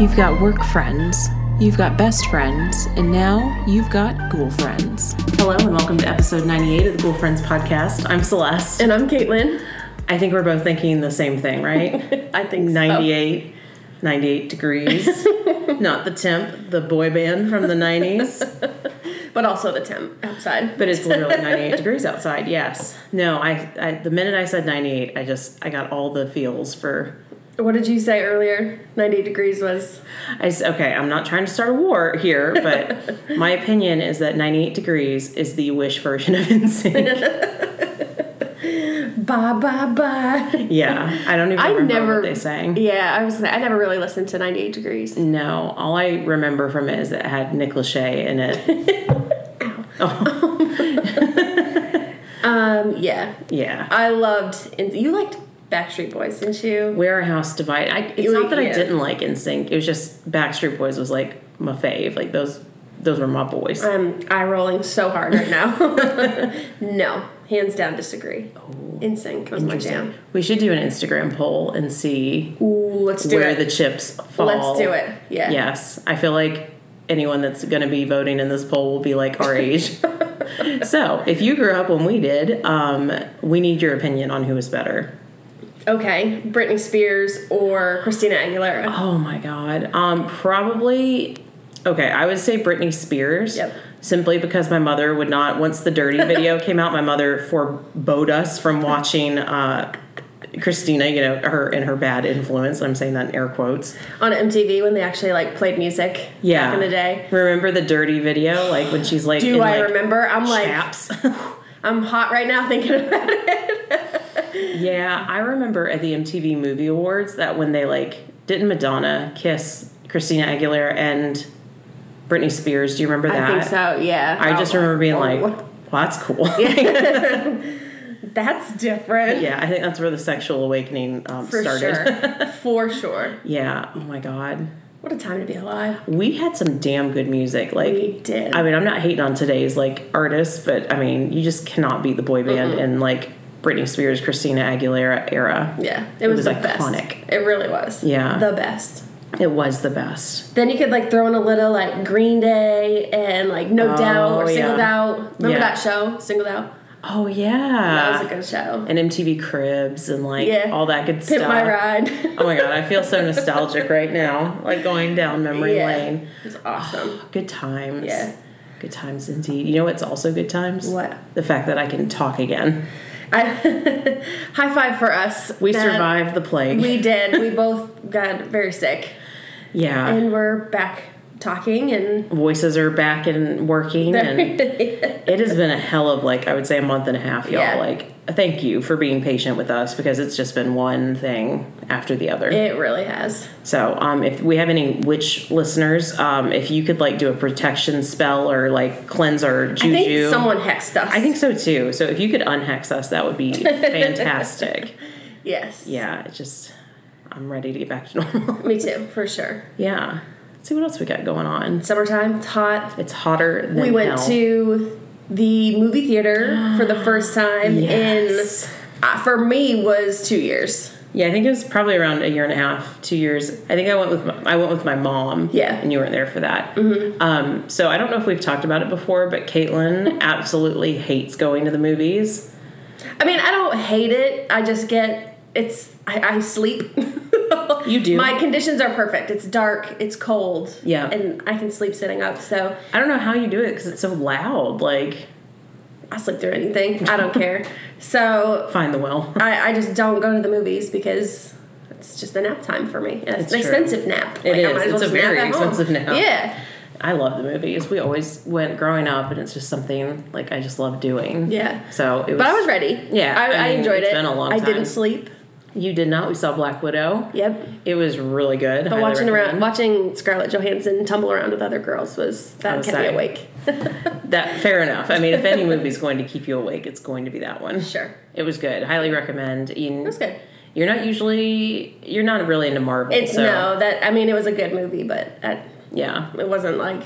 You've got work friends, you've got best friends, and now you've got ghoul friends. Hello and welcome to episode 98 of the Ghoul Friends podcast. I'm Celeste. And I'm Caitlin. I think we're both thinking the same thing, right? I think so. 98, 98 degrees. Not the temp, the boy band from the 90s, But also the temp outside. but it's literally 98 degrees outside. Yes. No, I, I the minute I said 98, I just I got all the feels for What did you say earlier? 90 degrees was. I s- okay, I'm not trying to start a war here, but my opinion is that 98 degrees is the wish version of insane. Bye, bye, bye. yeah, I don't even I remember never. what they sang. Yeah, I was gonna say, I never really listened to 98 Degrees. No, all I remember from it is that it had Nick Lachey in it. Um, yeah. yeah. I loved. and You liked Backstreet Boys, didn't you? Warehouse Divide. I, it's You- not that I yeah. didn't like NSYNC. It was just Backstreet Boys was like my fave. Like those, those were my boys. I'm eye rolling so hard right now. no, hands down, disagree. Oh, In sync was my jam. We should do an Instagram poll and see Ooh, let's do where it. the chips fall. let's do it. Yeah. Yes, I feel like anyone that's going to be voting in this poll will be like our age. so if you grew up when we did, um, we need your opinion on who is better. Okay, Britney Spears or Christina Aguilera. Oh my god. Um, probably. Okay, I would say Britney Spears. Yep. Simply because my mother would not. Once the Dirty video came out, my mother forbade us from watching. Uh, Christina, you know her and her bad influence. I'm saying that in air quotes. on MTV when they actually like played music Oh. Yeah, back in the day. Remember the dirty video, like when she's like, Do in, I like, remember? I'm like, chaps. I'm hot right now thinking about it. yeah, I remember at the MTV Movie Awards that when they like didn't Madonna kiss Christina Aguilera and Britney Spears. Do you remember that? I think so. Yeah. I just Oh, remember being oh, like, well, that's cool. Yeah. that's different. I think that's where the sexual awakening um, For started. sure. For sure. Yeah. Oh my God. What a time to be alive. We had some damn good music. Like, We did. I mean, I'm not hating on today's like artists, but I mean, you just cannot beat the boy band and like Britney Spears, Christina Aguilera era. yeah. It was, was the iconic. best. It really was. Yeah. The best. It was the best. Then you could like throw in a little like Green Day and like No Oh, Doubt or Singled yeah. Out. Remember Yeah. that show, Singled Out? Oh yeah. That was a good show. and MTV Cribs and like Yeah. all that good Pit stuff. My Ride. Oh my god, I feel so nostalgic right now, like going down memory yeah. lane. It was awesome. Good times. Yeah. Good times indeed. You know what's also good times? What? The fact that I can talk again. I, high five for us. We That- survived the plague. We did. We both got very sick, yeah. and we're back talking. And Voices are back and working and it has been a hell of like I would say a month and a half, y'all. Yeah. Like thank you for being patient with us because it's just been one thing after the other. it really has. So, um, if we have any witch listeners, um, if you could like do a protection spell or like cleanse our I juju, think someone hexed us. I think so too. So, if you could unhex us, that would be fantastic. yes. yeah, it just I'm ready to get back to normal. Me too, for sure. yeah, let's see what else we got going on. Summertime. It's hot. It's hotter than We went hell. to the movie theater for the first time Yes. in. Uh, for me, was two years. yeah, I think it was probably around a year and a half, two years. I think I went with my, I went with my mom. Yeah. Mm-hmm. and you weren't there for that. Um, so I don't know if we've talked about it before, but Caitlin absolutely hates going to the movies. I mean, I don't hate it. I just get it's. I, I sleep. You do. My conditions are perfect. It's dark. It's cold. Yeah. and I can sleep sitting up. So I don't know how you do it because it's so loud. Like, I sleep through anything. I don't care. So find the well. I, I just don't go to the movies because it's just a nap time for me. And It's it's, an true. expensive nap. It I is. might as well It's a just nap very at home. expensive nap. Yeah, I love the movies. We always went growing up, and it's just something like I just love doing. Yeah. So it was. but I was ready. Yeah, I, I I, mean, enjoyed it's it. been a long I time. didn't sleep. You did not. We saw Black Widow. Yep. It was really good. But Highly watching recommend. around, watching Scarlett Johansson tumble around with other girls was that was kept me saying. awake. that fair enough. I mean, if any movie's going to keep you awake, it's going to be that one. Sure. It was good. Highly recommend. It was good. You're not usually. You're not really into Marvel. It's so, no that I mean it was a good movie, but I, Yeah. it wasn't like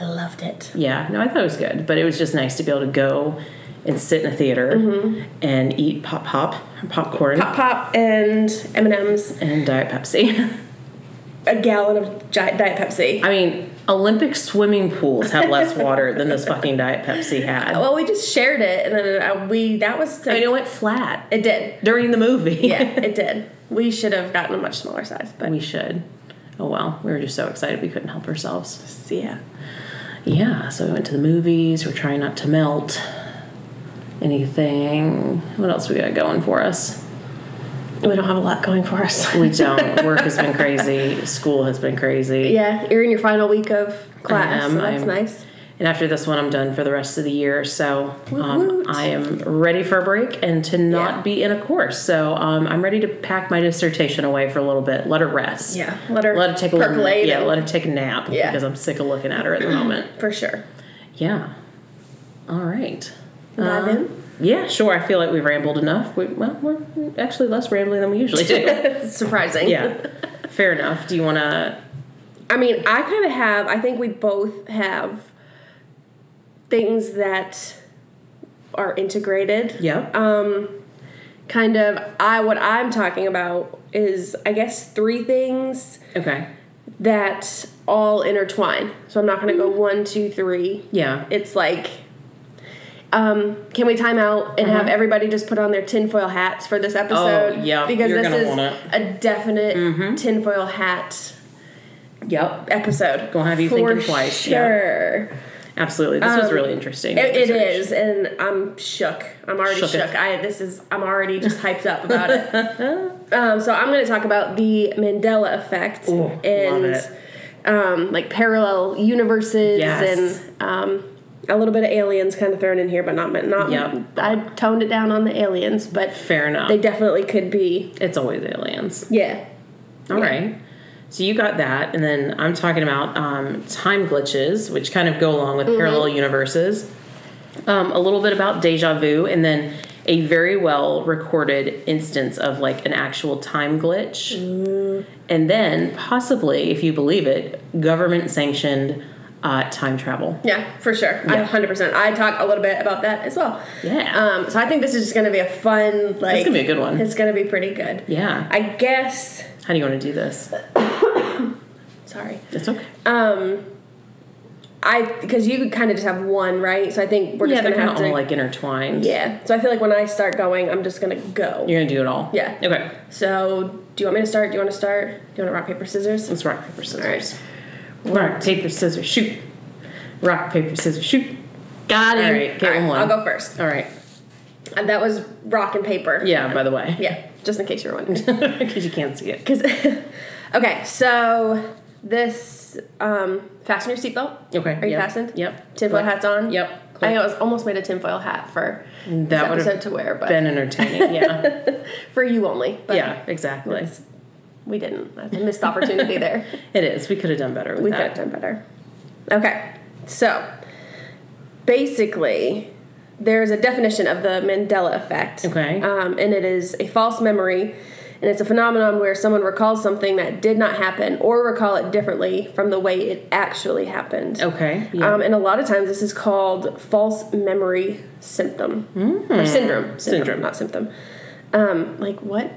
I loved it. Yeah, no, I thought it was good, but it was just nice to be able to go and sit in a theater Mm-hmm. and eat pop pop popcorn Pop Pop and M and M's. and diet Pepsi. a gallon of Gi- Diet Pepsi. I mean, Olympic swimming pools have less water than this fucking Diet Pepsi had. well, we just shared it, and then uh, we that was I mean, like- it went flat it did. during the movie. Yeah, it did. We should have gotten a much smaller size, but we should. Oh well, we were just so excited we couldn't help ourselves. yeah. Yeah, so we went to the movies. We're trying not to melt anything. What else we got going for us? We don't have a lot going for us. We don't. Work has been crazy. School has been crazy. yeah, you're in your final week of class, am, so that's I'm- nice. And after this one, I'm done for the rest of the year. So um, I am ready for a break and to not Yeah. be in a course. So um, I'm ready to pack my dissertation away for a little bit. Let her rest. Yeah, let her Let her take a little. percolate Yeah. and- Let her take a nap. Yeah. Because I'm sick of looking at her at the moment. For sure. Yeah. All right. Dive Uh, in. Yeah, sure. I feel like we've rambled enough. We, well, we're actually less rambling than we usually do. It's surprising. yeah. Fair enough. Do you want to? I mean, I kind of have. I think we both have things that are integrated. Yeah. Um, kind of. I what I'm talking about is, I guess, three things okay. that all intertwine. So I'm not going to Mm-hmm. go one, two, three. Yeah. It's like, um, can we time out and have everybody just put on their tinfoil hats for this episode? Mm-hmm. Oh, yeah, because you're this gonna is wanna- Mm-hmm. a definite tinfoil hat Yep. episode. Gonna have you for thinking twice, yeah. Sure, Absolutely. This was Um, really interesting. It- it research. is, and I'm shook. I'm already Shook shook. it. I this is I'm already just hyped up about it. Um, so I'm going to talk about the Mandela effect Ooh, love and it. um, like parallel universes Yes. and um, a little bit of aliens kind of thrown in here, but not not. Yep. I toned it down on the aliens, but Fair enough. they definitely could be. It's always aliens. Yeah. All right, So you got that, and then I'm talking about um, time glitches, which kind of go along Mm-hmm. with parallel universes. Um, a little bit about deja vu, and then a very well recorded instance of like an actual time glitch, Mm-hmm. and then possibly, if you believe it, government sanctioned uh, time travel. Yeah, for sure. I 100%. I talk a little bit about that as well. Yeah. Um, so I think this is just going to be a fun, like. gonna be a good one. It's going to be pretty good. Yeah. I guess. How do you want to do this? Uh, Sorry. It's okay. I because you kind of just have one, right? So I think we're yeah, just they're gonna kind have of to. all like intertwined. yeah. So I feel like when I start going, I'm just gonna go. You're gonna do it all. Yeah. Okay. So do you want me to start? Do you want to start? Do you want to rock paper scissors? Let's rock paper scissors. Rock paper scissors shoot. Rock paper scissors shoot. Got it. All right, get one. Um, I'll go first. All right. And that was rock and paper. Yeah. By the way, Yeah. Just in case you were wondering. because you can't see it. 'Cause- okay. So this um, fasten your seatbelt. Okay. Are you yep. fastened? Yep. Tinfoil hats on. Yep. I was almost made a tinfoil hat for this That would've episode to wear, but Been entertaining. Yeah. for you only. But yeah. Exactly. We didn't. That's a missed opportunity there. It is. We could have done better with We could have that. done better. Okay, so basically, there's a definition of the Mandela effect. Okay. Um, and it is a false memory, and it's a phenomenon where someone recalls something that did not happen or recall it differently from the way it actually happened. Okay. Uh, Yeah. Um, and a lot of times, this is called false memory symptom or Hmm. syndrome. syndrome. Syndrome. not symptom. Um, like what?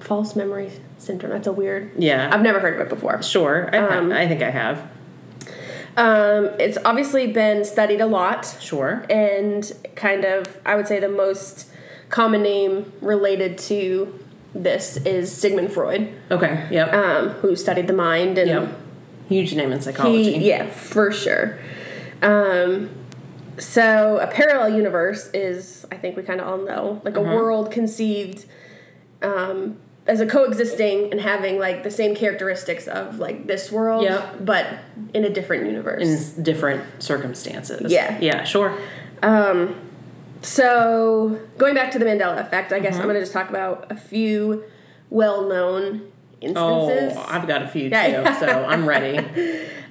False memory syndrome. That's a weird. Yeah. I've never heard of it before. sure. I, I think I have. Um, it's obviously been studied a lot, Sure. and kind of, I would say, the most common name related to this is Sigmund Freud, Okay. Yep. um, who studied the mind and yep. Huge name in psychology. he, yeah, for sure. Um, so a parallel universe is, I think we kind of all know, like a world conceived um, as a coexisting and having like the same characteristics of like this world, Yep. but in a different universe. In s- different circumstances. Yeah. Yeah. Sure. So, going back to the Mandela effect, I guess Mm-hmm. I'm going to just talk about a few well known instances. Oh, I've got a few too, Yeah. so I'm ready.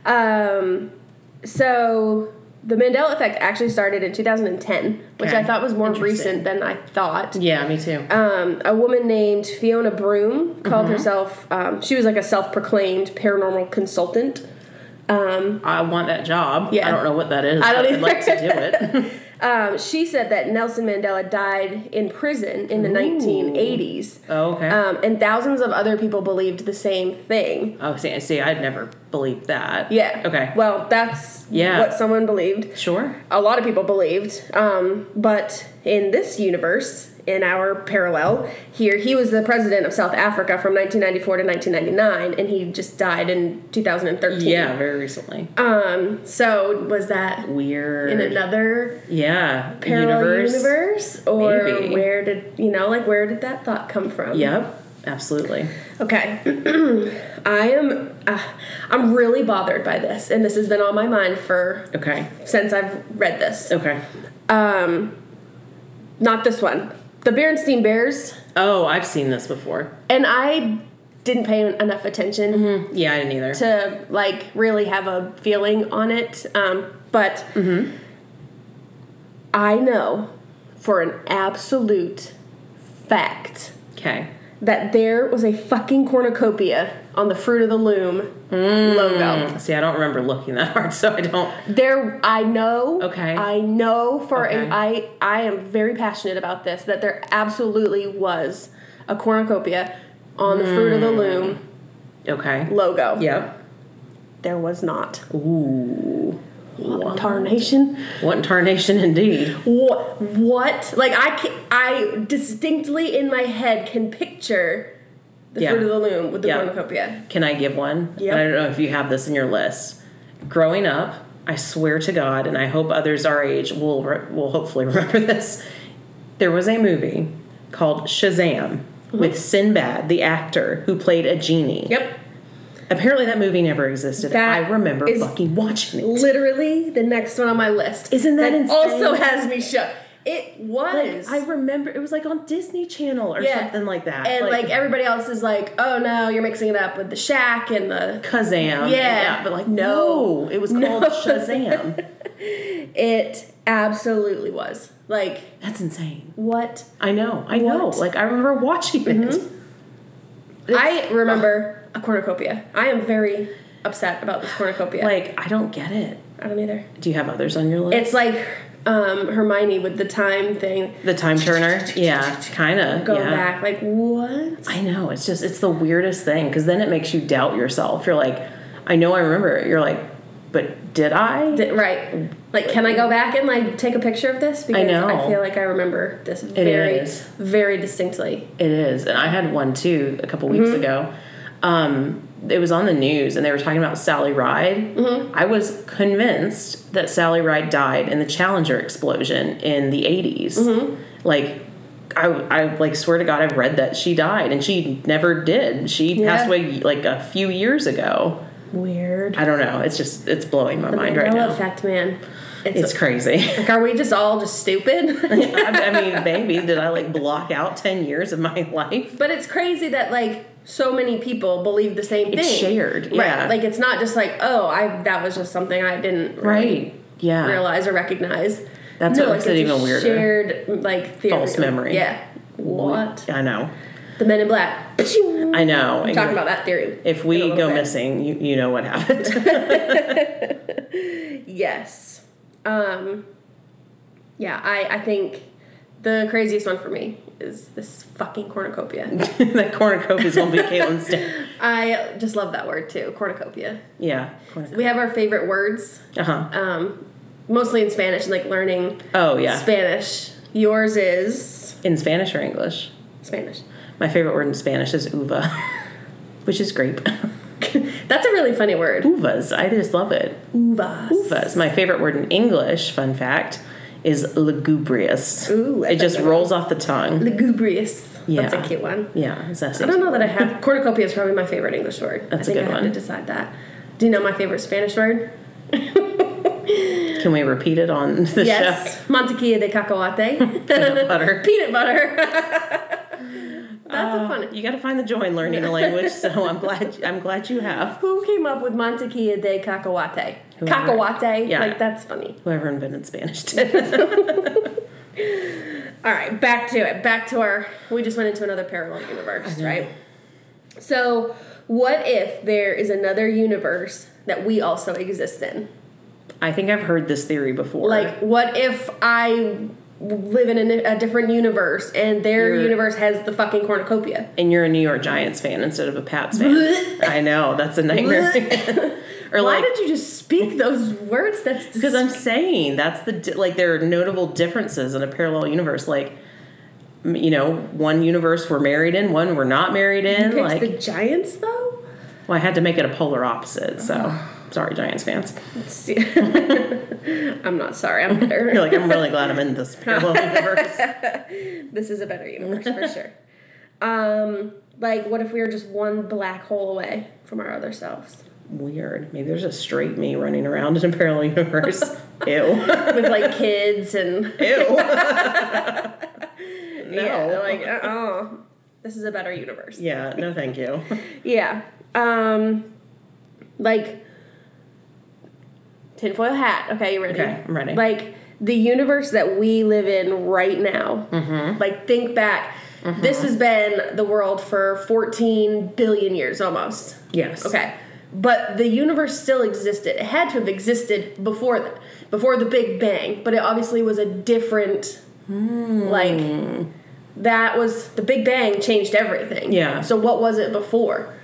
um, so, the Mandela effect actually started in 2010, which I Okay. thought was more Interesting. recent than I thought. Yeah, me too. Um, a woman named Fiona Broom called Mm-hmm. herself, um, she was like a self proclaimed paranormal consultant. Um, I want that job. Yeah. I don't know what that is. I don't but I'd like to do either. it. Um, she said that Nelson Mandela died in prison in the 1980s. Oh, okay. Um, and thousands of other people believed the same thing. oh, see, I see. I'd never believed that. Yeah. Okay. Well, that's Yeah. what someone believed. sure. A lot of people believed. Um, but in this universe, in our parallel here, he was the president of South Africa from 1994 to 1999, and he just died in 2013. Yeah, very recently. Um, so was that Weird. in another yeah. parallel universe, or Maybe. where did you know like where did that thought come from Yep. Absolutely. okay i am uh, i'm really bothered by this and this has been on my mind for Okay. since i've read this Okay. um not this one the berenstein bears Oh, I've seen this before. and i didn't pay enough attention Yeah, I didn't either. to like really have a feeling on it. Um, but I know for an absolute fact Okay. that there was a fucking cornucopia on the Fruit of the Loom logo. See, I don't remember looking that hard, so I don't. There, I know. Okay. I know for a, Okay. I I am very passionate about this that there absolutely was a cornucopia on the Fruit Mm. of the Loom Okay. logo. Yep. There was not. Ooh. Tarnation. What tarnation indeed. What? What? Like I, can, I distinctly in my head can picture the Yeah. fruit of the loom with the Yeah. cornucopia. Can I give one? Yep. And I don't know if you have this in your list. Growing up, I swear to God, and I hope others our age will re- will hopefully remember this. There was a movie called Shazam with Sinbad, the actor who played a genie. Yep. Apparently, that movie never existed. That I remember is- fucking watching it. Literally the next one on my list. Isn't that insane? also has me shook. It was. I remember it was like on Disney Channel or Yeah. something like that. and like, everybody else is like, oh no, you're mixing it up with the shack and the. Kazam. Yeah. but like no, it was called No. Shazam. It absolutely was like That's insane. what I know. I know. What? Like I remember watching it. I remember a cornucopia. I am very upset about this cornucopia. Like I don't get it. I don't either. Do you have others on your list? It's like um, Hermione with the time thing the time turner. yeah, kind of. going yeah. back. Like what? I know. It's just it's the weirdest thing because then it makes you doubt yourself. You're like, I know I remember. it. You're like, but did I? D- right. Like, can I go back and like take a picture of this? Because know. feel like I remember this very, is. very distinctly. It is, and I had one too a couple weeks Mm-hmm. ago. Um, it was on the news, and they were talking about Sally Ride. Mm-hmm. I was convinced that Sally Ride died in the Challenger explosion in the 80s Mm-hmm. Like, I, I like swear to God, I've read that she died, and she never did. She Yeah. passed away like a few years ago. Weird. I don't know. It's just it's blowing my The mind right Mandela now. effect, man. It's, It's crazy. like, are we just all just stupid? I, I mean, maybe did I like block out ten years of my life? but it's crazy that like so many people believe the same thing. It's shared, yeah. Right. Like it's not just like oh, I that was just something I didn't really Right. Yeah. realize or recognize. That's what makes it it's a even weirder. Shared like theory. False memory. Yeah. What? I know. The Men in Black. Talking I know. about that theory. If in a we little go bit. missing, you, you know what happened. Yes. Um. Yeah, I I think the craziest one for me is this fucking cornucopia. that cornucopia is gonna be Caitlin's day. I just love that word too, cornucopia. Yeah. We have our favorite words, Uh huh. um, mostly in Spanish, like learning Oh yeah. Spanish. Yours is in Spanish or English? Spanish. My favorite word in Spanish is uva, which is grape. That's a really funny word. Uvas. I just love it. Uvas. Uvas. My favorite word in English, fun fact, is lugubrious. Ooh, that's it a just good one. rolls off the tongue. Lugubrious. That's Yeah. a cute one. yeah. It's I don't know that I have. Cornucopia is probably my favorite English word. That's a I think good I one. Have to decide that. Do you know my favorite Spanish word? Can we repeat it on the yes, mantequilla de cacahuate, show? Peanut butter. Uh, peanut butter. That's a fun. You got to find the joy in learning a language, so I'm glad I'm glad you have. Who came up with mantequilla de cacahuate? Whoever. Cacahuate. Yeah. Like that's funny. Whoever invented Spanish did. All right, back to it. Back to our. We just went into another parallel universe, right? So, what if there is another universe that we also exist in? I think I've heard this theory before. Like, what if I live in a, a different universe and their You're- universe has the fucking cornucopia? and you're a New York Giants fan instead of a Pats fan. I know that's a nightmare. or Why like did you just speak those words? That's because I'm saying that's the di- like there are notable differences in a parallel universe. Like m- you know, one universe we're married in, one we're not married in. picked Like the Giants though. well, I had to make it a polar opposite. So sorry, Giants fans. Let's see. I'm not sorry. I'm better. You're like I'm really glad I'm in this parallel universe. this is a better universe for sure. Um, like, what if we were just one black hole away from our other selves Weird. Maybe there's a straight me running around in a parallel universe. Ew. with like kids Ew. and no. yeah, Yeah, like uh uh this is a better universe. no, thank you. Yeah, um, like tinfoil hat. Okay, you ready? Okay, I'm ready. Like the universe that we live in right now. Mm-hmm. Like think back. This has been the world for 14 billion years almost. Yes. Okay. But the universe still existed. It had to have existed before that, before the Big Bang. But it obviously was a different, Hmm. like, that was the Big Bang changed everything. Yeah. So what was it before?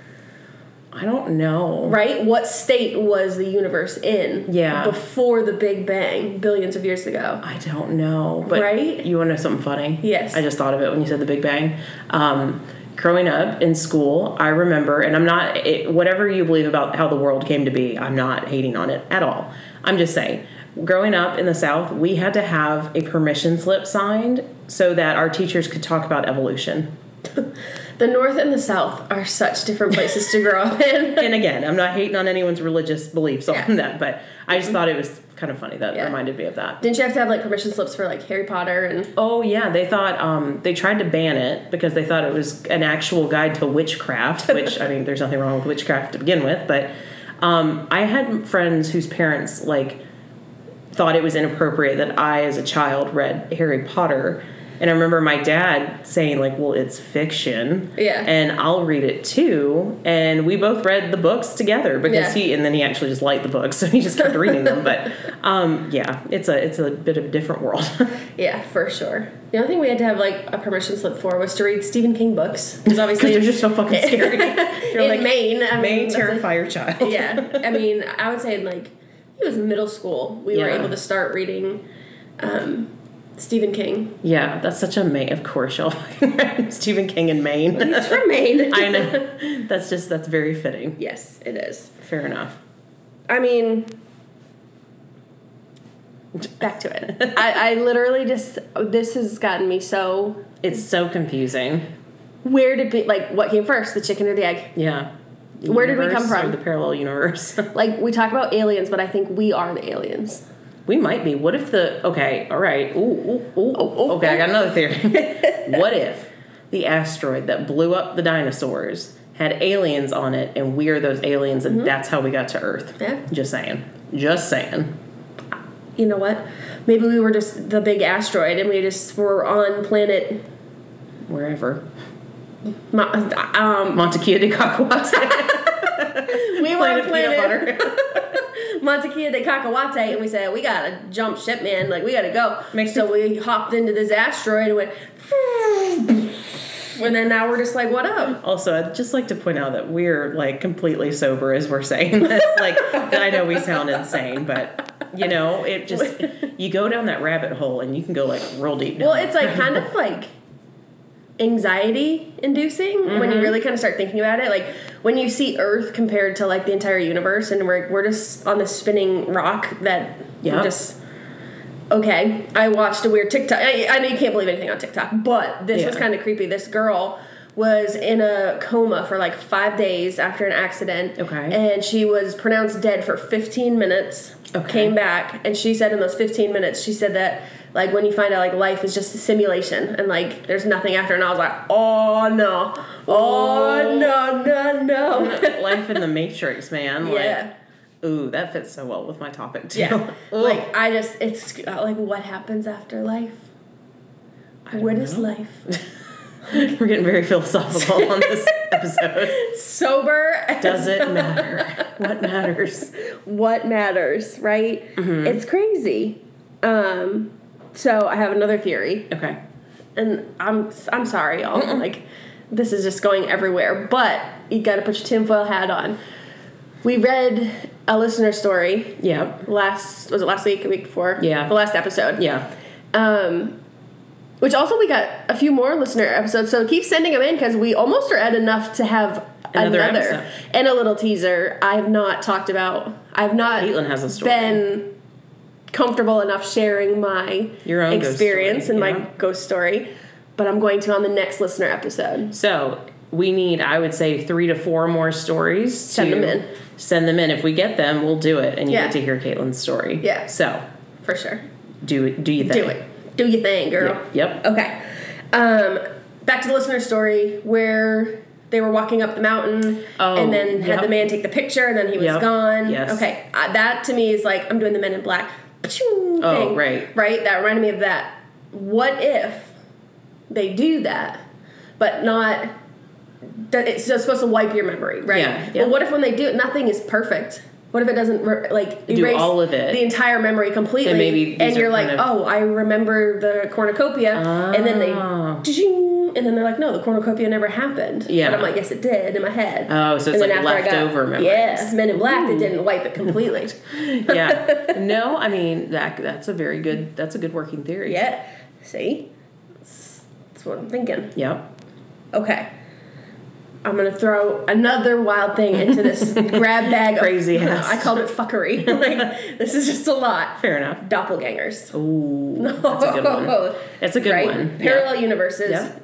I don't know. Right? What state was the universe in? Yeah. Before the Big Bang, billions of years ago. I don't know. But Right? you want to know something funny? Yes. I just thought of it when you said the Big Bang. Um, growing up in school, I remember, and I'm not, it, whatever you believe about how the world came to be, I'm not hating on it at all. I'm just saying, growing up in the South, we had to have a permission slip signed so that our teachers could talk about evolution. The North and the South are such different places to grow up in. and again, I'm not hating on anyone's religious beliefs Yeah. Mm-hmm. on that, but I just thought it was kind of funny that Yeah. reminded me of that. Didn't you have to have like permission slips for like Harry Potter and Oh yeah, they thought um, they tried to ban it because they thought it was an actual guide to witchcraft. Which I mean, there's nothing wrong with witchcraft to begin with, but um, I had friends whose parents like thought it was inappropriate that I, as a child, read Harry Potter. And I remember my dad saying, like, well, it's fiction. Yeah. And I'll read it too. And we both read the books together because Yeah. he and then he actually just liked the books, so he just kept reading them. But um, yeah, it's a it's a bit of a different world. Yeah, for sure. The only thing we had to have like a permission slip for was to read Stephen King books because obviously because they're just so fucking scary. You're in like, Maine. I mean, may that's terrify your child. like- yeah, I mean, I would say in like it was middle school we were Yeah. able to start reading um, Stephen King. Yeah, that's such a Maine. Of course, y'all. Stephen King in Maine. He's from Maine. I know. That's just that's very fitting. yes, it is. Fair enough. I mean, back to it. I, I literally just this has gotten me so. It's so confusing. Where did be like what came first, the chicken or the egg? Yeah. Where did we come Universe from? or The parallel universe. Like we talk about aliens, but I think we are the aliens. we might be. What if the okay? All right. Ooh, ooh, ooh. oh, okay, I got oh. another theory. what if the asteroid that blew up the dinosaurs had aliens on it, and we are those aliens, and that's how we got to Earth? Mm-hmm. Yeah. Just saying. Just saying. you know what? Maybe we were just the big asteroid and we just were on planet Wherever. Ma- um Montekia de Cacahuate. we were on Planet peanut planet butter. Mauna Kea de Cacahuate and we said we gotta jump ship man like we gotta go Makes so we hopped into this asteroid and went and then now we're just like what up Also, I'd just like to point out that we're like completely sober as we're saying this. Like, I know we sound insane, but you know, it just, you go down that rabbit hole and you can go like real deep. Down. well it's like kind of like anxiety inducing when Mm-hmm. you really kind of start thinking about it like when you see earth compared to like the entire universe and we're, we're just on this spinning rock that Yeah. we're just okay i watched a weird tiktok i, I know you can't believe anything on tiktok but this was Yeah. kind of creepy this girl was in a coma for like five days after an accident Okay. and she was pronounced dead for 15 minutes Okay. came back and she said in those 15 minutes she said that like when you find out like life is just a simulation and like there's nothing after and i was like oh no oh no no no life in the Matrix, man. yeah Like, ooh, that fits so well with my topic too. yeah Ooh. like i just it's uh, like what happens after life what is life We're getting very philosophical on this episode. Sober. Does it matter? What matters? what matters, right? Mm-hmm. It's crazy. Um, so I have another theory, Okay. and I'm I'm sorry, y'all. Like, this is just going everywhere. But you got to put your tinfoil hat on. We read a listener story Yeah. last was it last week, the week before? Yeah. the last episode. Yeah. Um, which also we got a few more listener episodes, so keep sending them in because we almost are at enough to have Another another, episode. and a little teaser. I have not talked about. I have not Caitlin has a story. been comfortable enough sharing my Your own ghost experience story, and yeah. my ghost story, but I'm going to on the next listener episode. So we need, I would say, three to four more stories. Send to them in. Send them in. If we get them, we'll do it, and you Yeah. get to hear Caitlin's story. Yeah. So For sure. do do you think? Do it. Do your thing, girl. Yep. Okay. Um, back to the listener story where they were walking up the mountain Oh, and then had yep. the man take the picture and then he was Yep. gone. Yes. Okay. Uh, that to me is like I'm doing the Men in Black. Pachoo, Oh, thing, right. Right. That reminded me of that. What if they do that, but not? that It's just supposed to wipe your memory, right? Yeah, yeah. Well, what if when they do it, nothing is perfect? What if it doesn't re- like Do erase all of it. the entire memory completely? Then maybe these and are you're like, kind of- oh, oh, I remember the cornucopia, and then they, Ah. ding, and then they're like, no, the cornucopia never happened. Yeah. But I'm like, yes, it did in my head. Oh, so it's and then like after I got- leftover memories. Yes, Men in Black, they didn't wipe it completely. Oh. yeah. No, I mean that that's a very good that's a good working theory. yeah, see, that's, that's what I'm thinking. Yep. Okay, I'm gonna throw another wild thing into this grab bag. Crazy of, ass. I called it fuckery. like this is just a lot. Fair enough. Doppelgangers. Ooh. That's a good one. That's a good right? one. Parallel universes. Yeah.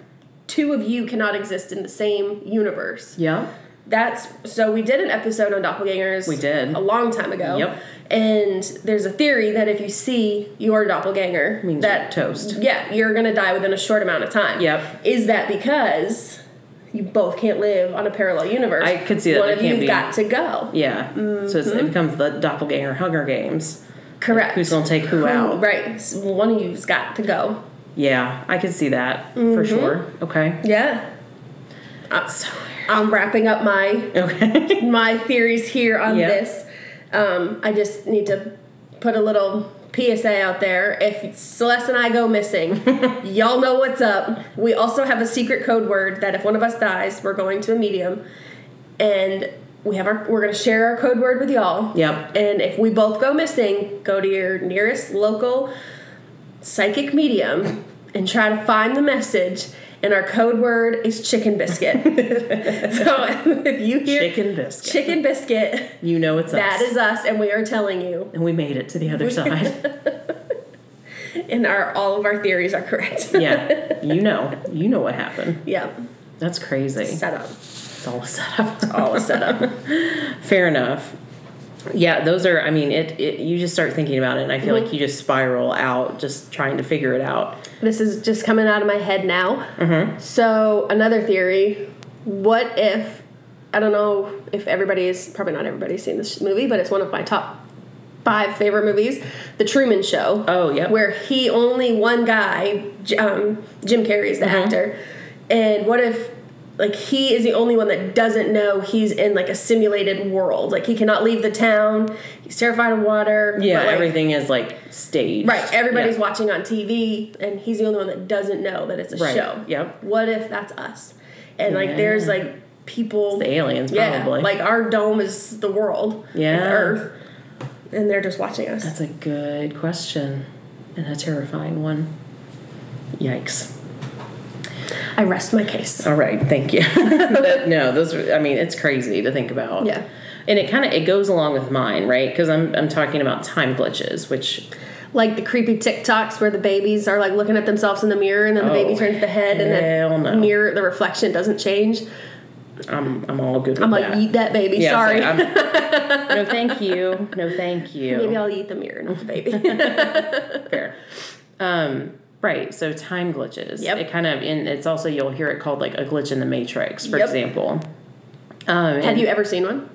Two of you cannot exist in the same universe. Yeah. That's so we did an episode on doppelgangers. We did. a long time ago. Yep. And there's a theory that if you see your doppelganger, Means that you're toast. Yeah, you're gonna die within a short amount of time. Yep. Is that because you both can't live on a parallel universe? I could see that. One That of can't you've be- got to go. Yeah. So it's, Mm-hmm. it becomes the doppelganger Hunger Games. Correct. Who's gonna take who out? Right. So one of you's got to go. Yeah, I could see that Mm-hmm. for sure. Okay. Yeah. I'm, I'm wrapping up my Okay. my theories here on Yeah. this. Um, I just need to put a little PSA out there. If Celeste and I go missing, y'all know what's up. We also have a secret code word that if one of us dies, we're going to a medium, and we have our we're going to share our code word with y'all. Yep. And if we both go missing, go to your nearest local psychic medium and try to find the message. And our code word is chicken biscuit. so if you hear Chicken biscuit. chicken biscuit, You know it's us. that is us, and we are telling you. and we made it to the other side. And our all of our theories are correct. yeah. You know. You know what happened. yep. That's crazy. Set up. It's all a setup. All is set up. Fair enough. Yeah, those are. I mean, it, it. You just start thinking about it, and I feel Mm-hmm. like you just spiral out, just trying to figure it out. this is just coming out of my head now. Mm-hmm. So another theory: what if I don't know if everybody is probably not everybody's seen this movie, but it's one of my top five favorite movies, The Truman Show. Oh, yep. where he only one guy, J- um, Jim Carrey's Mm-hmm. the actor, and what if? Like he is the only one that doesn't know he's in like a simulated world. Like he cannot leave the town. He's terrified of water. Yeah, but, like, everything is like staged. Right. Everybody's Yeah. watching on TV, and he's the only one that doesn't know that it's a Right, show. yep. What if that's us? And like, there's Yeah. like people, the aliens, yeah, probably. like our dome is the world, and Yeah. the Earth, and they're just watching us. That's a good question, and a terrifying one. Yikes. I rest my case. All right, thank you. That- no, those. Are, I mean, it's crazy to think about. Yeah. And it kind of it goes along with mine, right? Because I'm I'm talking about time glitches, which Like the creepy TikToks where the babies are like looking at themselves in the mirror, and then the Oh, baby turns the head, and hell then no. mirror the reflection doesn't change. I'm I'm all good. With I'm like, that. eat that baby. Yeah, Sorry. it's like, I'm- no, thank you. No, thank you. Maybe I'll eat the mirror, not the baby. Fair. Um, right. So time glitches. Yep. It kind of and it's also you'll hear it called like a glitch in the matrix, for Yep. example. Um, Have and- you ever seen one?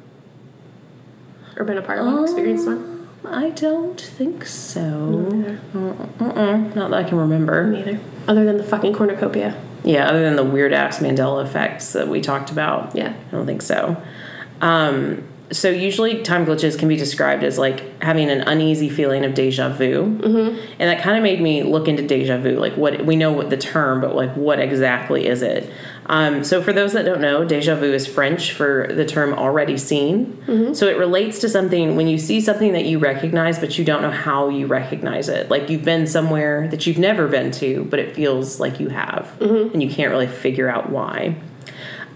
Or been a part of one? Experienced one? I don't think Um, so. Uh-uh. Not that I can remember. Neither. Other than the fucking cornucopia. Yeah, other than the weird ass Mandela effects that we talked about. Yeah. I don't think so. Um, so usually time glitches can be described as like having an uneasy feeling of deja vu, mm-hmm. and that kind of made me look into deja vu. Like what we know what the term, but like what exactly is it? Um, so for those that don't know, deja vu is French for the term already seen. So it relates to something when you see something that you recognize, but you don't know how you recognize it. Like you've been somewhere that you've never been to, but it feels like you have, and you can't really figure out why.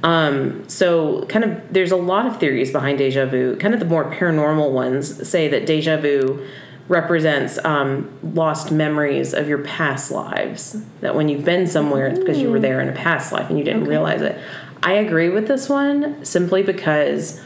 Um, so, kind of, there's a lot of theories behind deja vu. Kind of the more paranormal ones say that deja vu represents um, lost memories of your past lives. That when you've been somewhere, it's because you were there in a past life and you didn't realize it. I agree with this one simply because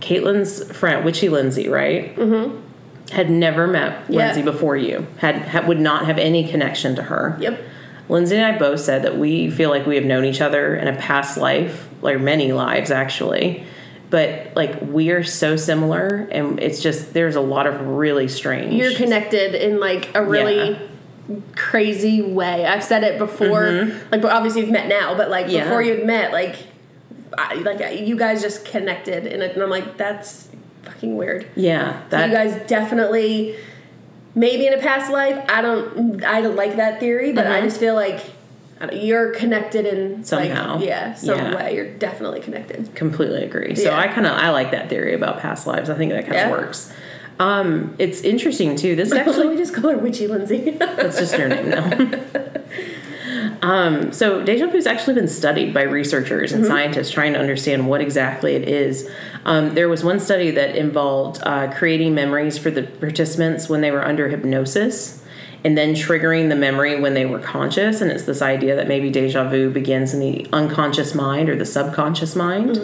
Caitlin's friend, Witchy Lindsay, right? Mm-hmm. Had never met Yeah. Lindsay before you, had, had would not have any connection to her. Yep. Lindsay and I both said that we feel like we have known each other in a past life, like many lives actually. But like we are so similar, and it's just there's a lot of really strange. You're connected in like a really Yeah. Mm-hmm. crazy way. I've said it before, like but obviously you've met now, but like Yeah. before you'd met, like I, like you guys just connected, and, it, and I'm like that's fucking weird. yeah, that you guys definitely maybe in a past life i don't i don't like that theory but i Mhm. just feel like I don't- you're connected in Somehow. like, yeah some Yeah. way you're definitely connected completely agree. So Yeah. I kind of I like that theory about past lives. I think that kind of Yeah. works. Um, it's interesting too. This actually actually we just call her witchy lindsay That's just her name now. um, so, deja vu has actually been studied by researchers and scientists trying to understand what exactly it is. Um, there was one study that involved uh, creating memories for the participants when they were under hypnosis. And then triggering the memory when they were conscious. And it's this idea that maybe deja vu begins in the unconscious mind or the subconscious mind.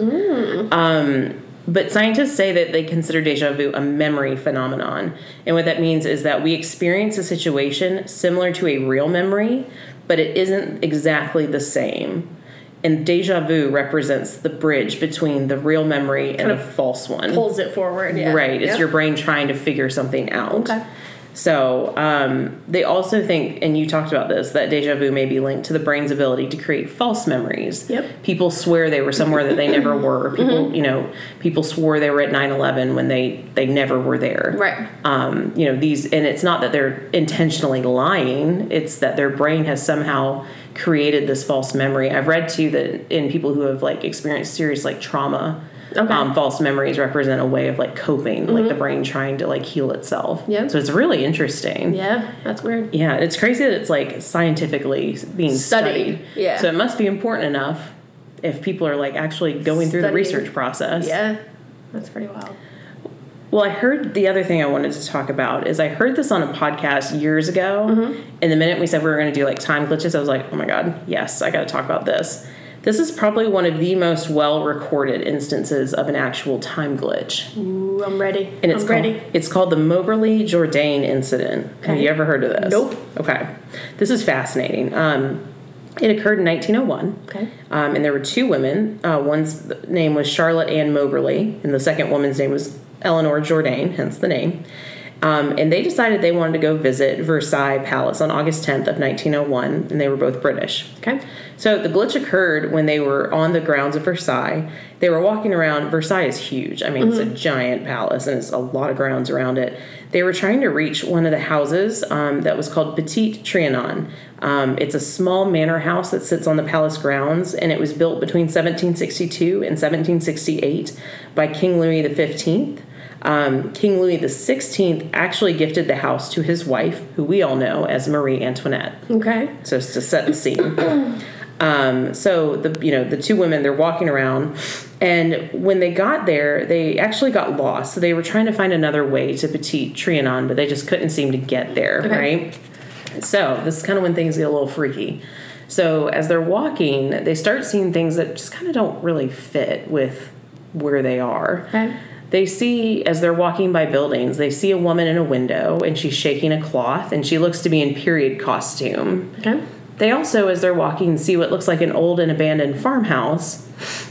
Um, But scientists say that they consider deja vu a memory phenomenon. And what that means is that we experience a situation similar to a real memory, but it isn't exactly the same. And deja vu represents the bridge between the real memory and a false one. pulls it forward yeah. Right. It's Yep. your brain trying to figure something out. Okay. So um, they also think, and you talked about this, that deja vu may be linked to the brain's ability to create false memories. Yep. Mm-hmm. People swear they were somewhere that they never were. People, you know, people swore they were at 9-11 when they they never were there. Right. Um, you know these, and it's not that they're intentionally lying. It's that their brain has somehow created this false memory. I've read too that in people who have like experienced serious like trauma, Okay. Mm-hmm. um, false memories represent a way of like coping, like the brain trying to like heal itself. Yeah. So it's really interesting. yeah that's weird Yeah, it's crazy that it's like scientifically being Studied, studied. yeah. So it must be important enough if people are like actually going through the Studying. research process. yeah that's pretty wild Well, I heard the other thing I wanted to talk about is I heard this on a podcast years ago. Mm-hmm. And the minute we said we were going to do like time glitches, I was like, oh my God, yes, I got to talk about this. This is probably one of the most well recorded instances of an actual time glitch. Ooh, i'm ready And it's I'm called, ready it's called the Moberly Jourdain incident. Have Okay. you ever heard of this? Nope. Okay. This is fascinating. Um, it occurred in 1901. okay Um, and there were two women. Uh, one's name was Charlotte Ann Moberly, and the second woman's name was Eleanor Jourdain, hence the name. Um, and they decided they wanted to go visit Versailles Palace on August 10th of 1901, and they were both British. okay So the glitch occurred when they were on the grounds of Versailles. They were walking around. Versailles is huge. I mean, it's a giant palace and it's a lot of grounds around it. They were trying to reach one of the houses um, that was called Petit Trianon. Um, it's a small manor house that sits on the palace grounds and it was built between 1762 and 1768 by King Louis XV. Um, King Louis XVI actually gifted the house to his wife, who we all know as Marie Antoinette. okay So it's to set the scene. Um, so the you know the two women they're walking around, and when they got there, they actually got lost. So they were trying to find another way to Petit Trianon, but they just couldn't seem to get there. Okay. Right. So this is kind of when things get a little freaky. So as they're walking, they start seeing things that just kind of don't really fit with where they are. Okay. They see, as they're walking by buildings, they see a woman in a window and she's shaking a cloth and she looks to be in period costume okay They also, as they're walking, see what looks like an old and abandoned farmhouse.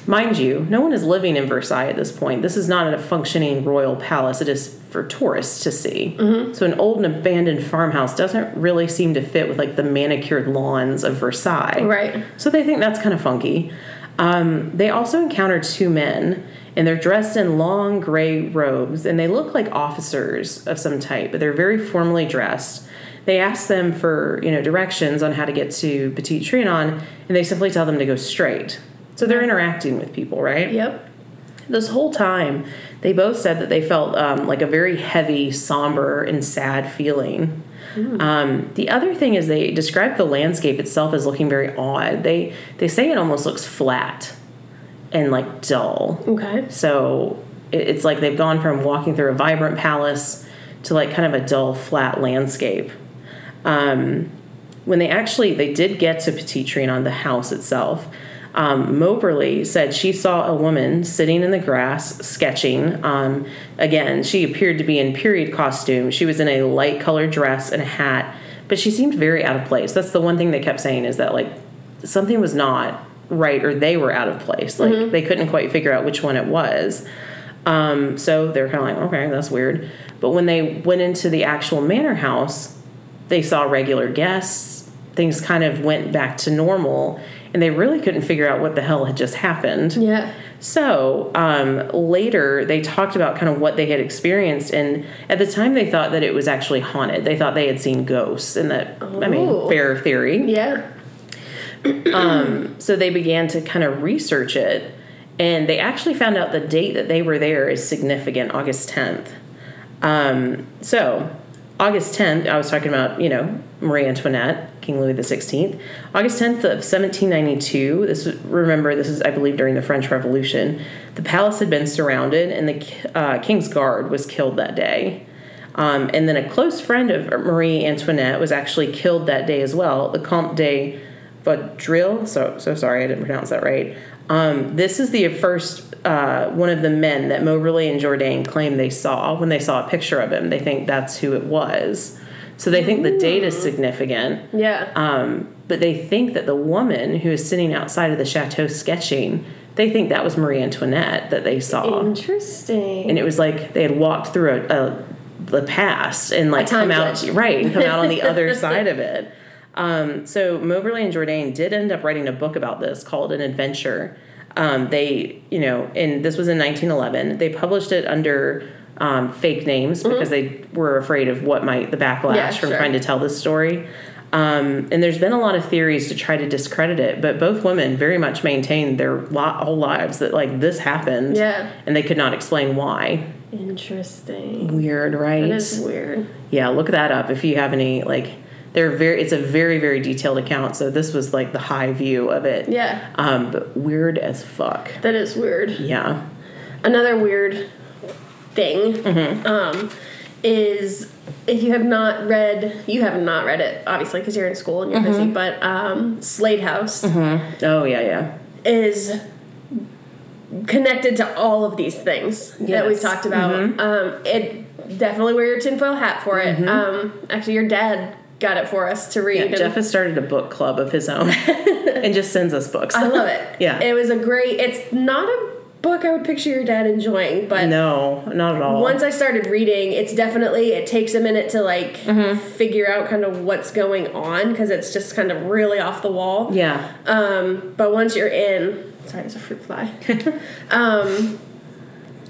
Mind you, no one is living in Versailles at this point. This is not a functioning royal palace, it is for tourists to see. So, an old and abandoned farmhouse doesn't really seem to fit with like the manicured lawns of Versailles. Right. So, they think that's kind of funky. Um, they also encounter two men, and they're dressed in long gray robes, and they look like officers of some type, but they're very formally dressed. They ask them for you know directions on how to get to Petit Trianon, and they simply tell them to go straight. So they're interacting with people, right? Yep. This whole time, they both said that they felt um, like a very heavy, somber, and sad feeling. Um, the other thing is they describe the landscape itself as looking very odd. They they say it almost looks flat and like dull. Okay. So it, it's like they've gone from walking through a vibrant palace to like kind of a dull, flat landscape. Um, when they actually they did get to Petit Trianon, the house itself, um, Moberly said she saw a woman sitting in the grass sketching. Um, again, she appeared to be in period costume. She was in a light colored dress and a hat, but she seemed very out of place. That's the one thing they kept saying is that like something was not right or they were out of place. Like they couldn't quite figure out which one it was. Um, so they were kind of like, okay, that's weird. But when they went into the actual manor house, they saw regular guests. Things kind of went back to normal, and they really couldn't figure out what the hell had just happened. Yeah. So um, later, they talked about kind of what they had experienced, and at the time, they thought that it was actually haunted. They thought they had seen ghosts, and that I mean, Oh. fair theory Yeah. Um, so they began to kind of research it and they actually found out the date that they were there is significant august 10th um, so august 10th i was talking about you know marie antoinette king louis xvi august 10th of 1792 this was- remember this is i believe during the french revolution the palace had been surrounded and the uh, king's guard was killed that day um, and then a close friend of Marie Antoinette was actually killed that day as well, the Comte de Vaudreuil. So, so sorry, I didn't pronounce that right. Um, this is the first uh, one of the men that Moberly and Jourdain claim they saw when they saw a picture of him. They think that's who it was. So they think the date is significant. Yeah. Um, but they think that the woman who is sitting outside of the chateau sketching, they think that was Marie Antoinette that they saw Interesting. and it was like they had walked through a, a the past and like A time come out glitch. right and come out on the other side of it. Um, so Moberly and Jourdain did end up writing a book about this called An Adventure. Um, they, you know, and this was in 1911. They published it under um, fake names because they were afraid of what might the backlash Mm-hmm. Yeah, from sure. trying to tell this story. Um, and there's been a lot of theories to try to discredit it, but both women very much maintained their lot, whole lives that like this happened, Yeah. and they could not explain why. Interesting. Weird, right? That is weird. yeah, look that up if you have any like they're very it's a very, very detailed account, so this was like the high view of it. Yeah. Um, but weird as fuck. That is weird. Yeah. Another weird thing Mm-hmm. um, is if you have not read, you have not read it, obviously, because you're in school and you're Mm-hmm. busy, but um, Slade House Mm-hmm. Oh yeah, yeah. is connected to all of these things that we've Yes. Mm-hmm. talked about. Um, it definitely wear your tinfoil hat for it. Um, actually, your dad got it for us to read. Yeah, and- Jeff has started a book club of his own and just sends us books. I love it. Yeah. It was a great, it's not a book I would picture your dad enjoying, but no, not at all. once I started reading, it's definitely, it takes a minute to like Mm-hmm. figure out kind of what's going on because it's just kind of really off the wall. yeah. Um, but once you're in, sorry, it's a fruit fly. um,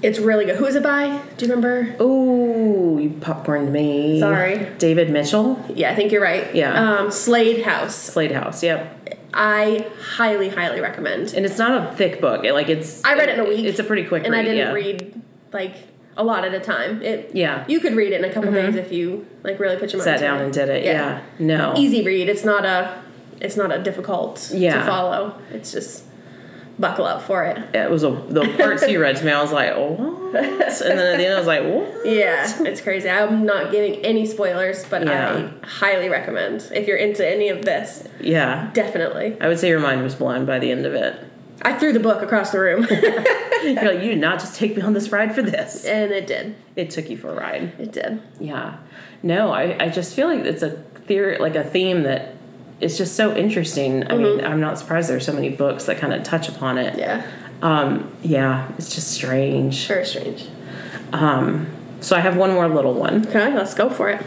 it's really good. Who is it by? Do you remember? Ooh, you popcorned me. Sorry. David Mitchell. Yeah, I think you're right. Yeah. Um, Slade House. Slade House, yep. I highly, highly recommend. And it's not a thick book. It, like it's I read it in a week. It's a pretty quick and read. I didn't yeah. read like a lot at a time. It Yeah. Mm-hmm. You could read it in a couple days if you like really put your mind Sat to down it. and did it. Yeah. Oh. No. Easy read. It's not a it's not a difficult Yeah. to follow. It's just buckle up for it. it was a, the parts he read to me. I was like, what? And then at the end, I was like, what? Yeah, it's crazy. I'm not giving any spoilers, but Yeah. I highly recommend if you're into any of this. Yeah, Definitely. I would say your mind was blown by the end of it. I threw the book across the room, You're like, you did not just take me on this ride for this. and it did. It took you for a ride. It did. Yeah. No, I, I just feel like it's a theory, like a theme that it's just so interesting. I mean, I'm not surprised there's so many books that kind of touch upon it. Yeah. Um, yeah, it's just strange. Very strange. So I have one more little one. Okay, let's go for it.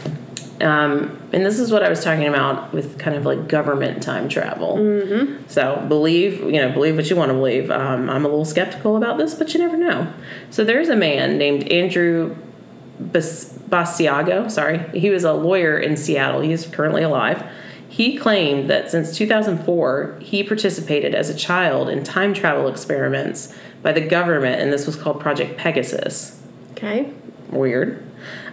Um, and this is what I was talking about with kind of like government time travel. Mm-hmm. So believe, you know, believe what you want to believe. Um, I'm a little skeptical about this, but you never know. So there's a man named Andrew Bas- Basiago. Sorry, he was a lawyer in Seattle. He is currently alive. He claimed that since 2004, he participated as a child in time travel experiments by the government, and this was called Project Pegasus Okay. weird.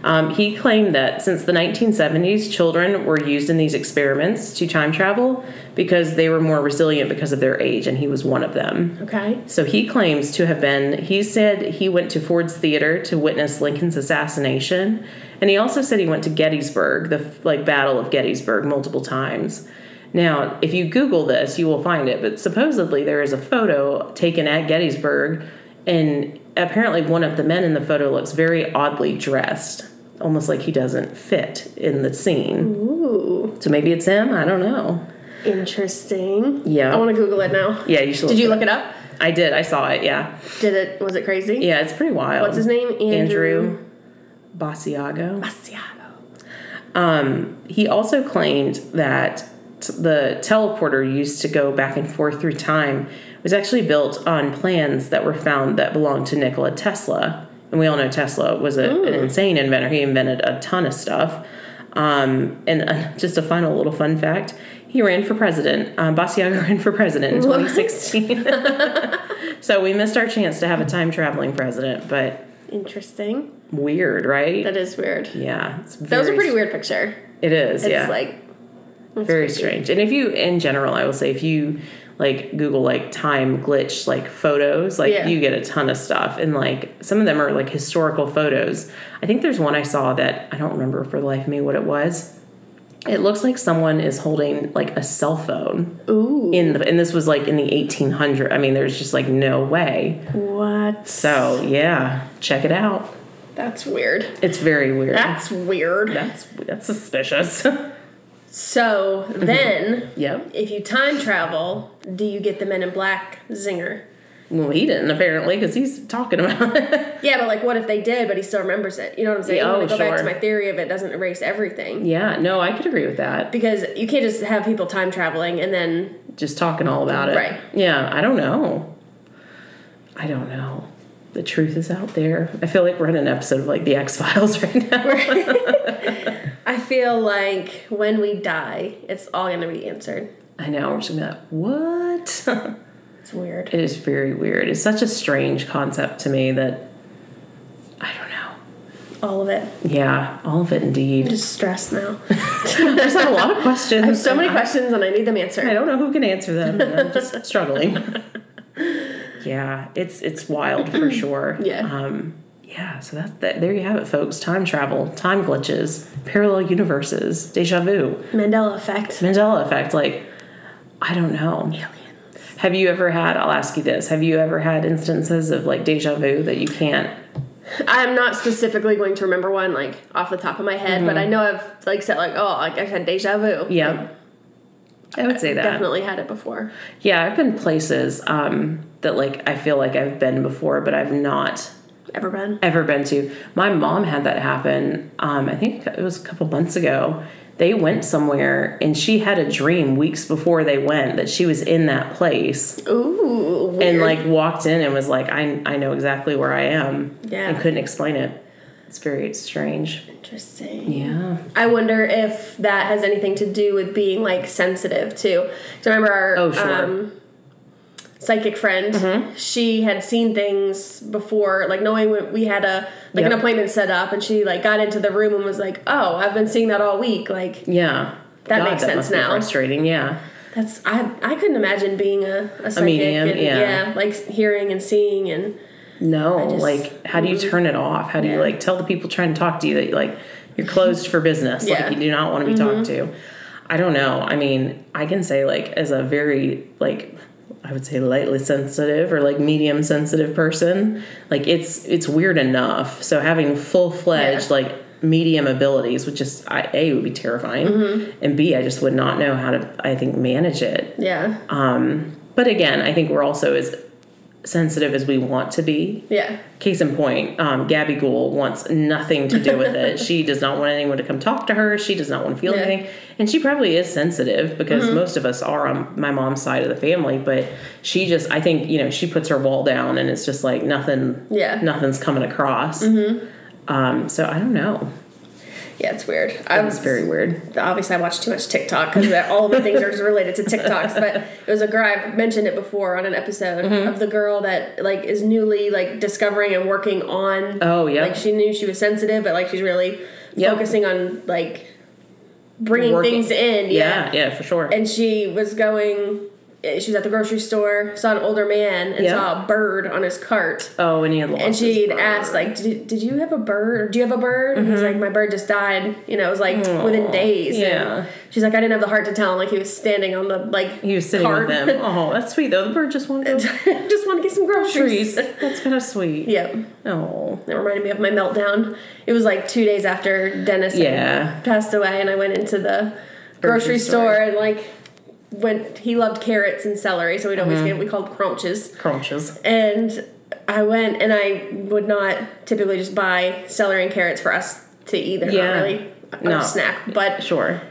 Um, he claimed that since the 1970s, children were used in these experiments to time travel because they were more resilient because of their age, and he was one of them. Okay. So he claims to have been, he said he went to Ford's Theater to witness Lincoln's assassination, and he also said he went to Gettysburg, the like Battle of Gettysburg, multiple times. Now, if you Google this, you will find it, but supposedly there is a photo taken at Gettysburg, and apparently one of the men in the photo looks very oddly dressed, almost like he doesn't fit in the scene. Ooh, So maybe it's him, I don't know. interesting. Yeah. I want to Google it now. Yeah, you should Did you look it up? I did, I saw it, yeah. Did it? Was it crazy? Yeah, it's pretty wild. What's his name? Andrew Basiago. Asiago. Um, he also claimed that t- the teleporter used to go back and forth through time was actually built on plans that were found that belonged to Nikola Tesla. And we all know Tesla was a, an insane inventor. He invented a ton of stuff. Um, and uh, just a final little fun fact he ran for president. Um, Basiago ran for president in 2016. so we missed our chance to have a time traveling president, but Interesting. weird, right? That is weird. yeah. It's That was a very pretty weird picture. It is, It's yeah. like it's very creepy. strange. And if you, in general, I will say, if you like Google like time glitch like photos, like Yeah. you get a ton of stuff. And like some of them are like historical photos. I think there's one I saw that I don't remember for the life of me what it was. It looks like someone is holding like a cell phone Ooh. in the, and this was like in the 1800. I mean, there's just like no way. What? So yeah, check it out. That's weird. It's very weird. That's weird. that's that's suspicious. So Mm-hmm. then, yep. if you time travel, do you get the Men in Black zinger? Well, he didn't apparently because he's talking about it. Yeah, but like, what if they did, but he still remembers it? You know what I'm saying? Yeah, I'm gonna oh, go back to sure. my theory of it doesn't erase everything. Yeah, no, I could agree with that. Because you can't just have people time traveling and then Just talking all about it. Right. Yeah, I don't know. I don't know. The truth is out there. I feel like we're in an episode of like the X Files right now. I feel like when we die, it's all gonna be answered. I know. We're just gonna be like, what? It's weird. it is very weird. It's such a strange concept to me that I don't know. All of it. Yeah, all of it I'm indeed. just stressed now. There's a lot of questions. There's so many and I- questions and I need them answered. I don't know who can answer them. and I'm just struggling. Yeah, it's it's wild for sure. Yeah. Um, yeah. So that's that. There you have it, folks. Time travel, time glitches, parallel universes, deja vu, Mandela effect. Mandela effect. Like, I don't know. Aliens. Have you ever had? I'll ask you this. Have you ever had instances of like deja vu that you can't? I'm not specifically going to remember one like off the top of my head, but I know I've like said like oh like I've had deja vu. Mm-hmm. Yeah. I would say that. Definitely had it before. Yeah, I've been places um, that like I feel like I've been before, but I've not Ever been? ever been to. My mom had that happen. Um, I think it was a couple months ago. They went somewhere and she had a dream weeks before they went that she was in that place Ooh. and weird. like walked in and was like, I, I know exactly where I am. Yeah. And couldn't explain it. It's very strange. interesting. Yeah. I wonder if that has anything to do with being like sensitive too. Do you remember our Oh, sure. Mm-hmm. um, psychic friend? She had seen things before, like knowing we- we had a like an Yep. appointment set up, and she like got into the room and was like, "Oh, I've been seeing that all week." Like Yeah. That makes sense must be now. frustrating. Yeah. that's I I couldn't imagine being a, a psychic medium, and yeah. like hearing and seeing and No. just- like, how do you turn it off? How do you Yeah. like tell the people trying to talk to you that like you're closed for business? Yeah. Mm-hmm. Like you do not want to be talked to. I don't know. I mean, I can say like as a very like I would say lightly sensitive or like medium sensitive person, like it's it's weird enough. So having full fledged Yeah. like medium abilities, which is I, a would be terrifying, Mm-hmm. and b I just would not know how to I think manage it. Yeah. Um, but again, I think we're also as sensitive as we want to be. yeah. Case in point, um, Gabby Gould wants nothing to do with it. she does not want anyone to come talk to her. She does not want to feel Yeah. anything. And she probably is sensitive because most of us are on my mom's side of the family. But she just, I think, you know, she puts her wall down and it's just like nothing, Yeah. nothing's coming across. Um, so I don't know. Yeah, it's weird. I It's very weird. obviously I watch too much TikTok because all the things are just related to TikToks. But it was a girl I've mentioned it before on an episode Mm-hmm. of the girl that like is newly like discovering and working on. Oh, yeah. Like she knew she was sensitive, but like she's really Yep. focusing on like bringing Working. things in. Yeah, yeah, for sure. and she was going. eh, She was at the grocery store, saw an older man, and Yeah. saw a bird on his cart. oh, and he had lost And his she'd bird. asked, like, did, did you have a bird? Or do you have a bird? And Mm-hmm. he's like, my bird just died. You know, it was like within days. And yeah. she's like, I didn't have the heart to tell him. Like, he was standing on the, like, He was sitting cart. with them. Oh, that's sweet though. The bird just wanted to go just want to get some trees. groceries. That's kind of sweet. yep. Oh. That reminded me of my meltdown. It was like two days after Dennis had Yeah. passed away, and I went into the grocery, Grocery store store. and, like, went, he loved carrots and celery, so we'd Mm-hmm. always get, we called crunches. Crunches. and I went and I would not typically just buy celery and carrots for us to eat. They're Yeah. not really a No. snack, but Sure.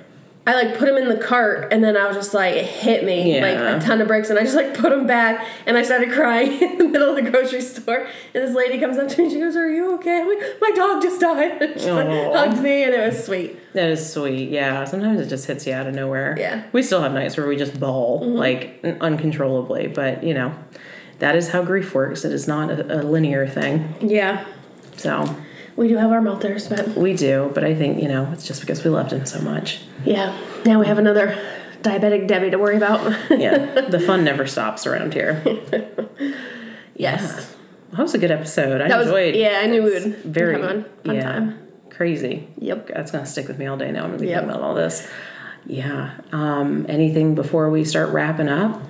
I like put them in the cart and then I was just like, it hit me Yeah. like a ton of bricks and I just like put them back and I started crying in the middle of the grocery store. And this lady comes up to me and she goes, Are you okay? I'm like, My dog just died. And she like, Aw. hugged me and it was sweet. That is sweet. Yeah. Sometimes it just hits you out of nowhere. Yeah. Mm-hmm. We still have nights where we just bawl like uncontrollably, but you know, that is how grief works. It is not a, a linear thing. Yeah. So We do have our melters, but we do, but I think, you know, it's just because we loved him so much. yeah, now we have another diabetic Debbie to worry about. Yeah. the fun never stops around here. yes. That was a good episode. I That was enjoyed yeah, I knew we would very have a fun yeah, time. Crazy. Yep. That's gonna stick with me all day now. I'm gonna be Yep. thinking about all this. Yeah. Um, anything before we start wrapping up?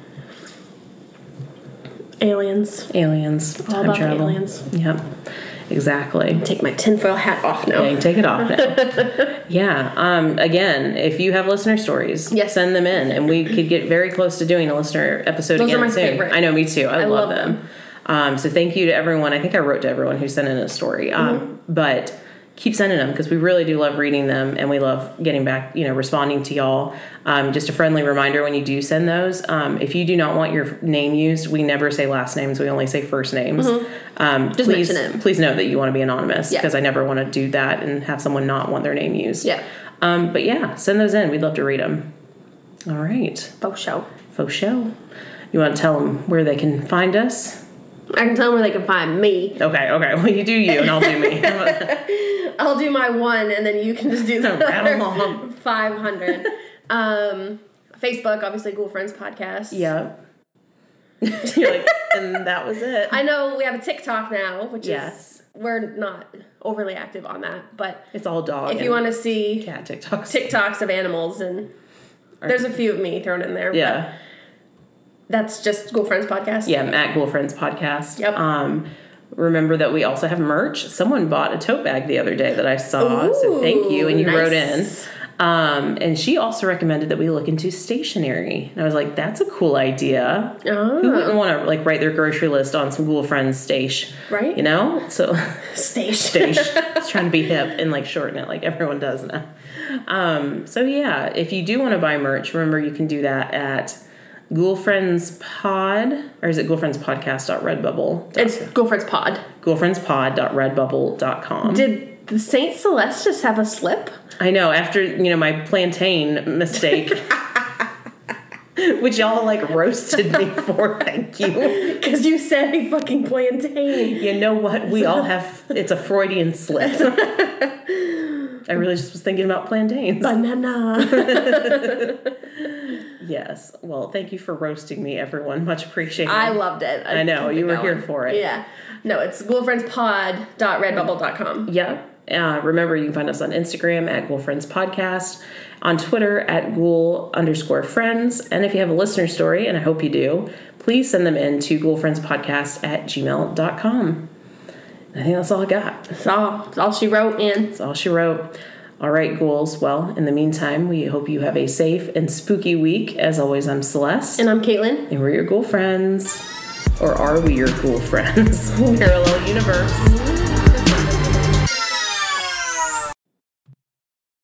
Aliens. Aliens. time about the travel. aliens. Yep. Exactly. Take my tinfoil hat off now. Okay, take it off now. yeah. Um, again, if you have listener stories, Yes. send them in, and we could get very close to doing a listener episode Those are again my soon. favorite. I know, me too. I, love, love them. them. Um, so thank you to everyone. I think I wrote to everyone who sent in a story, um, Mm-hmm. but keep sending them because we really do love reading them and we love getting back, you know, responding to y'all. Um, just a friendly reminder when you do send those, um, if you do not want your name used, we never say last names. We only say first names. Um, just please, Mm-hmm. mention it. please know that you want to be anonymous Yeah. because I never want to do that and have someone not want their name used. Yeah. Um, but yeah, send those in. We'd love to read them. All right, Faux show. faux show. You want to tell them where they can find us? I can tell them where they can find me. Okay, okay. Well, you do you, and I'll do me. I'll do my one, and then you can just do the Rattle on. five hundred. um, Facebook, obviously, Ghoul Friends podcast. yeah. You're like, and that was it. I know we have a TikTok now, which is Yes. we're not overly active on that, but It's all dog. if you want to see cat TikToks, TikToks of animals and there's a few of me thrown in there. but yeah, that's just Ghoul Friends podcast. yeah. Matt Ghoul Friends podcast. Yep. Um, remember that we also have merch. Someone bought a tote bag the other day that I saw, so thank you. And you Ooh, wrote in. nice. Um, and she also recommended that we look into stationery, and I was like, "That's a cool idea. Who Oh, wouldn't want to like write their grocery list on some Ghoul Friends stash, Right. You know, so." station. stage. It's trying to be hip and like shorten it like everyone does now. Um, so yeah, if you do want to buy merch, remember you can do that at Ghoulfriends Pod or is it ghoulfriendspodcast.redbubble? It's Girlfriend's Pod. ghoulfriendspod.redbubble.com. Did the Saint Celeste just have a slip? I know after, you know, my plantain mistake which y'all like roasted me for. Thank you. Because you said a fucking plantain. You know what? We all have it's a Freudian slip. I really just was thinking about plantains. Banana. Yes. Well, thank you for roasting me, everyone. Much appreciated. I loved it. I know, kept you it were going. here for it. Yeah. No, it's girlfriendspod.redbubble.com. Yep. Uh, remember, you can find us on Instagram at Ghoul Friends Podcast, on Twitter at Ghoul underscore Friends. And if you have a listener story, and I hope you do, please send them in to Podcast at gmail.com. I think that's all I got. That's all. That's all she wrote in. That's all she wrote. All right, ghouls. Well, in the meantime, we hope you have a safe and spooky week. As always, I'm Celeste. And I'm Caitlin. And we're your ghoul friends. Or are we your ghoul friends? Parallel universe.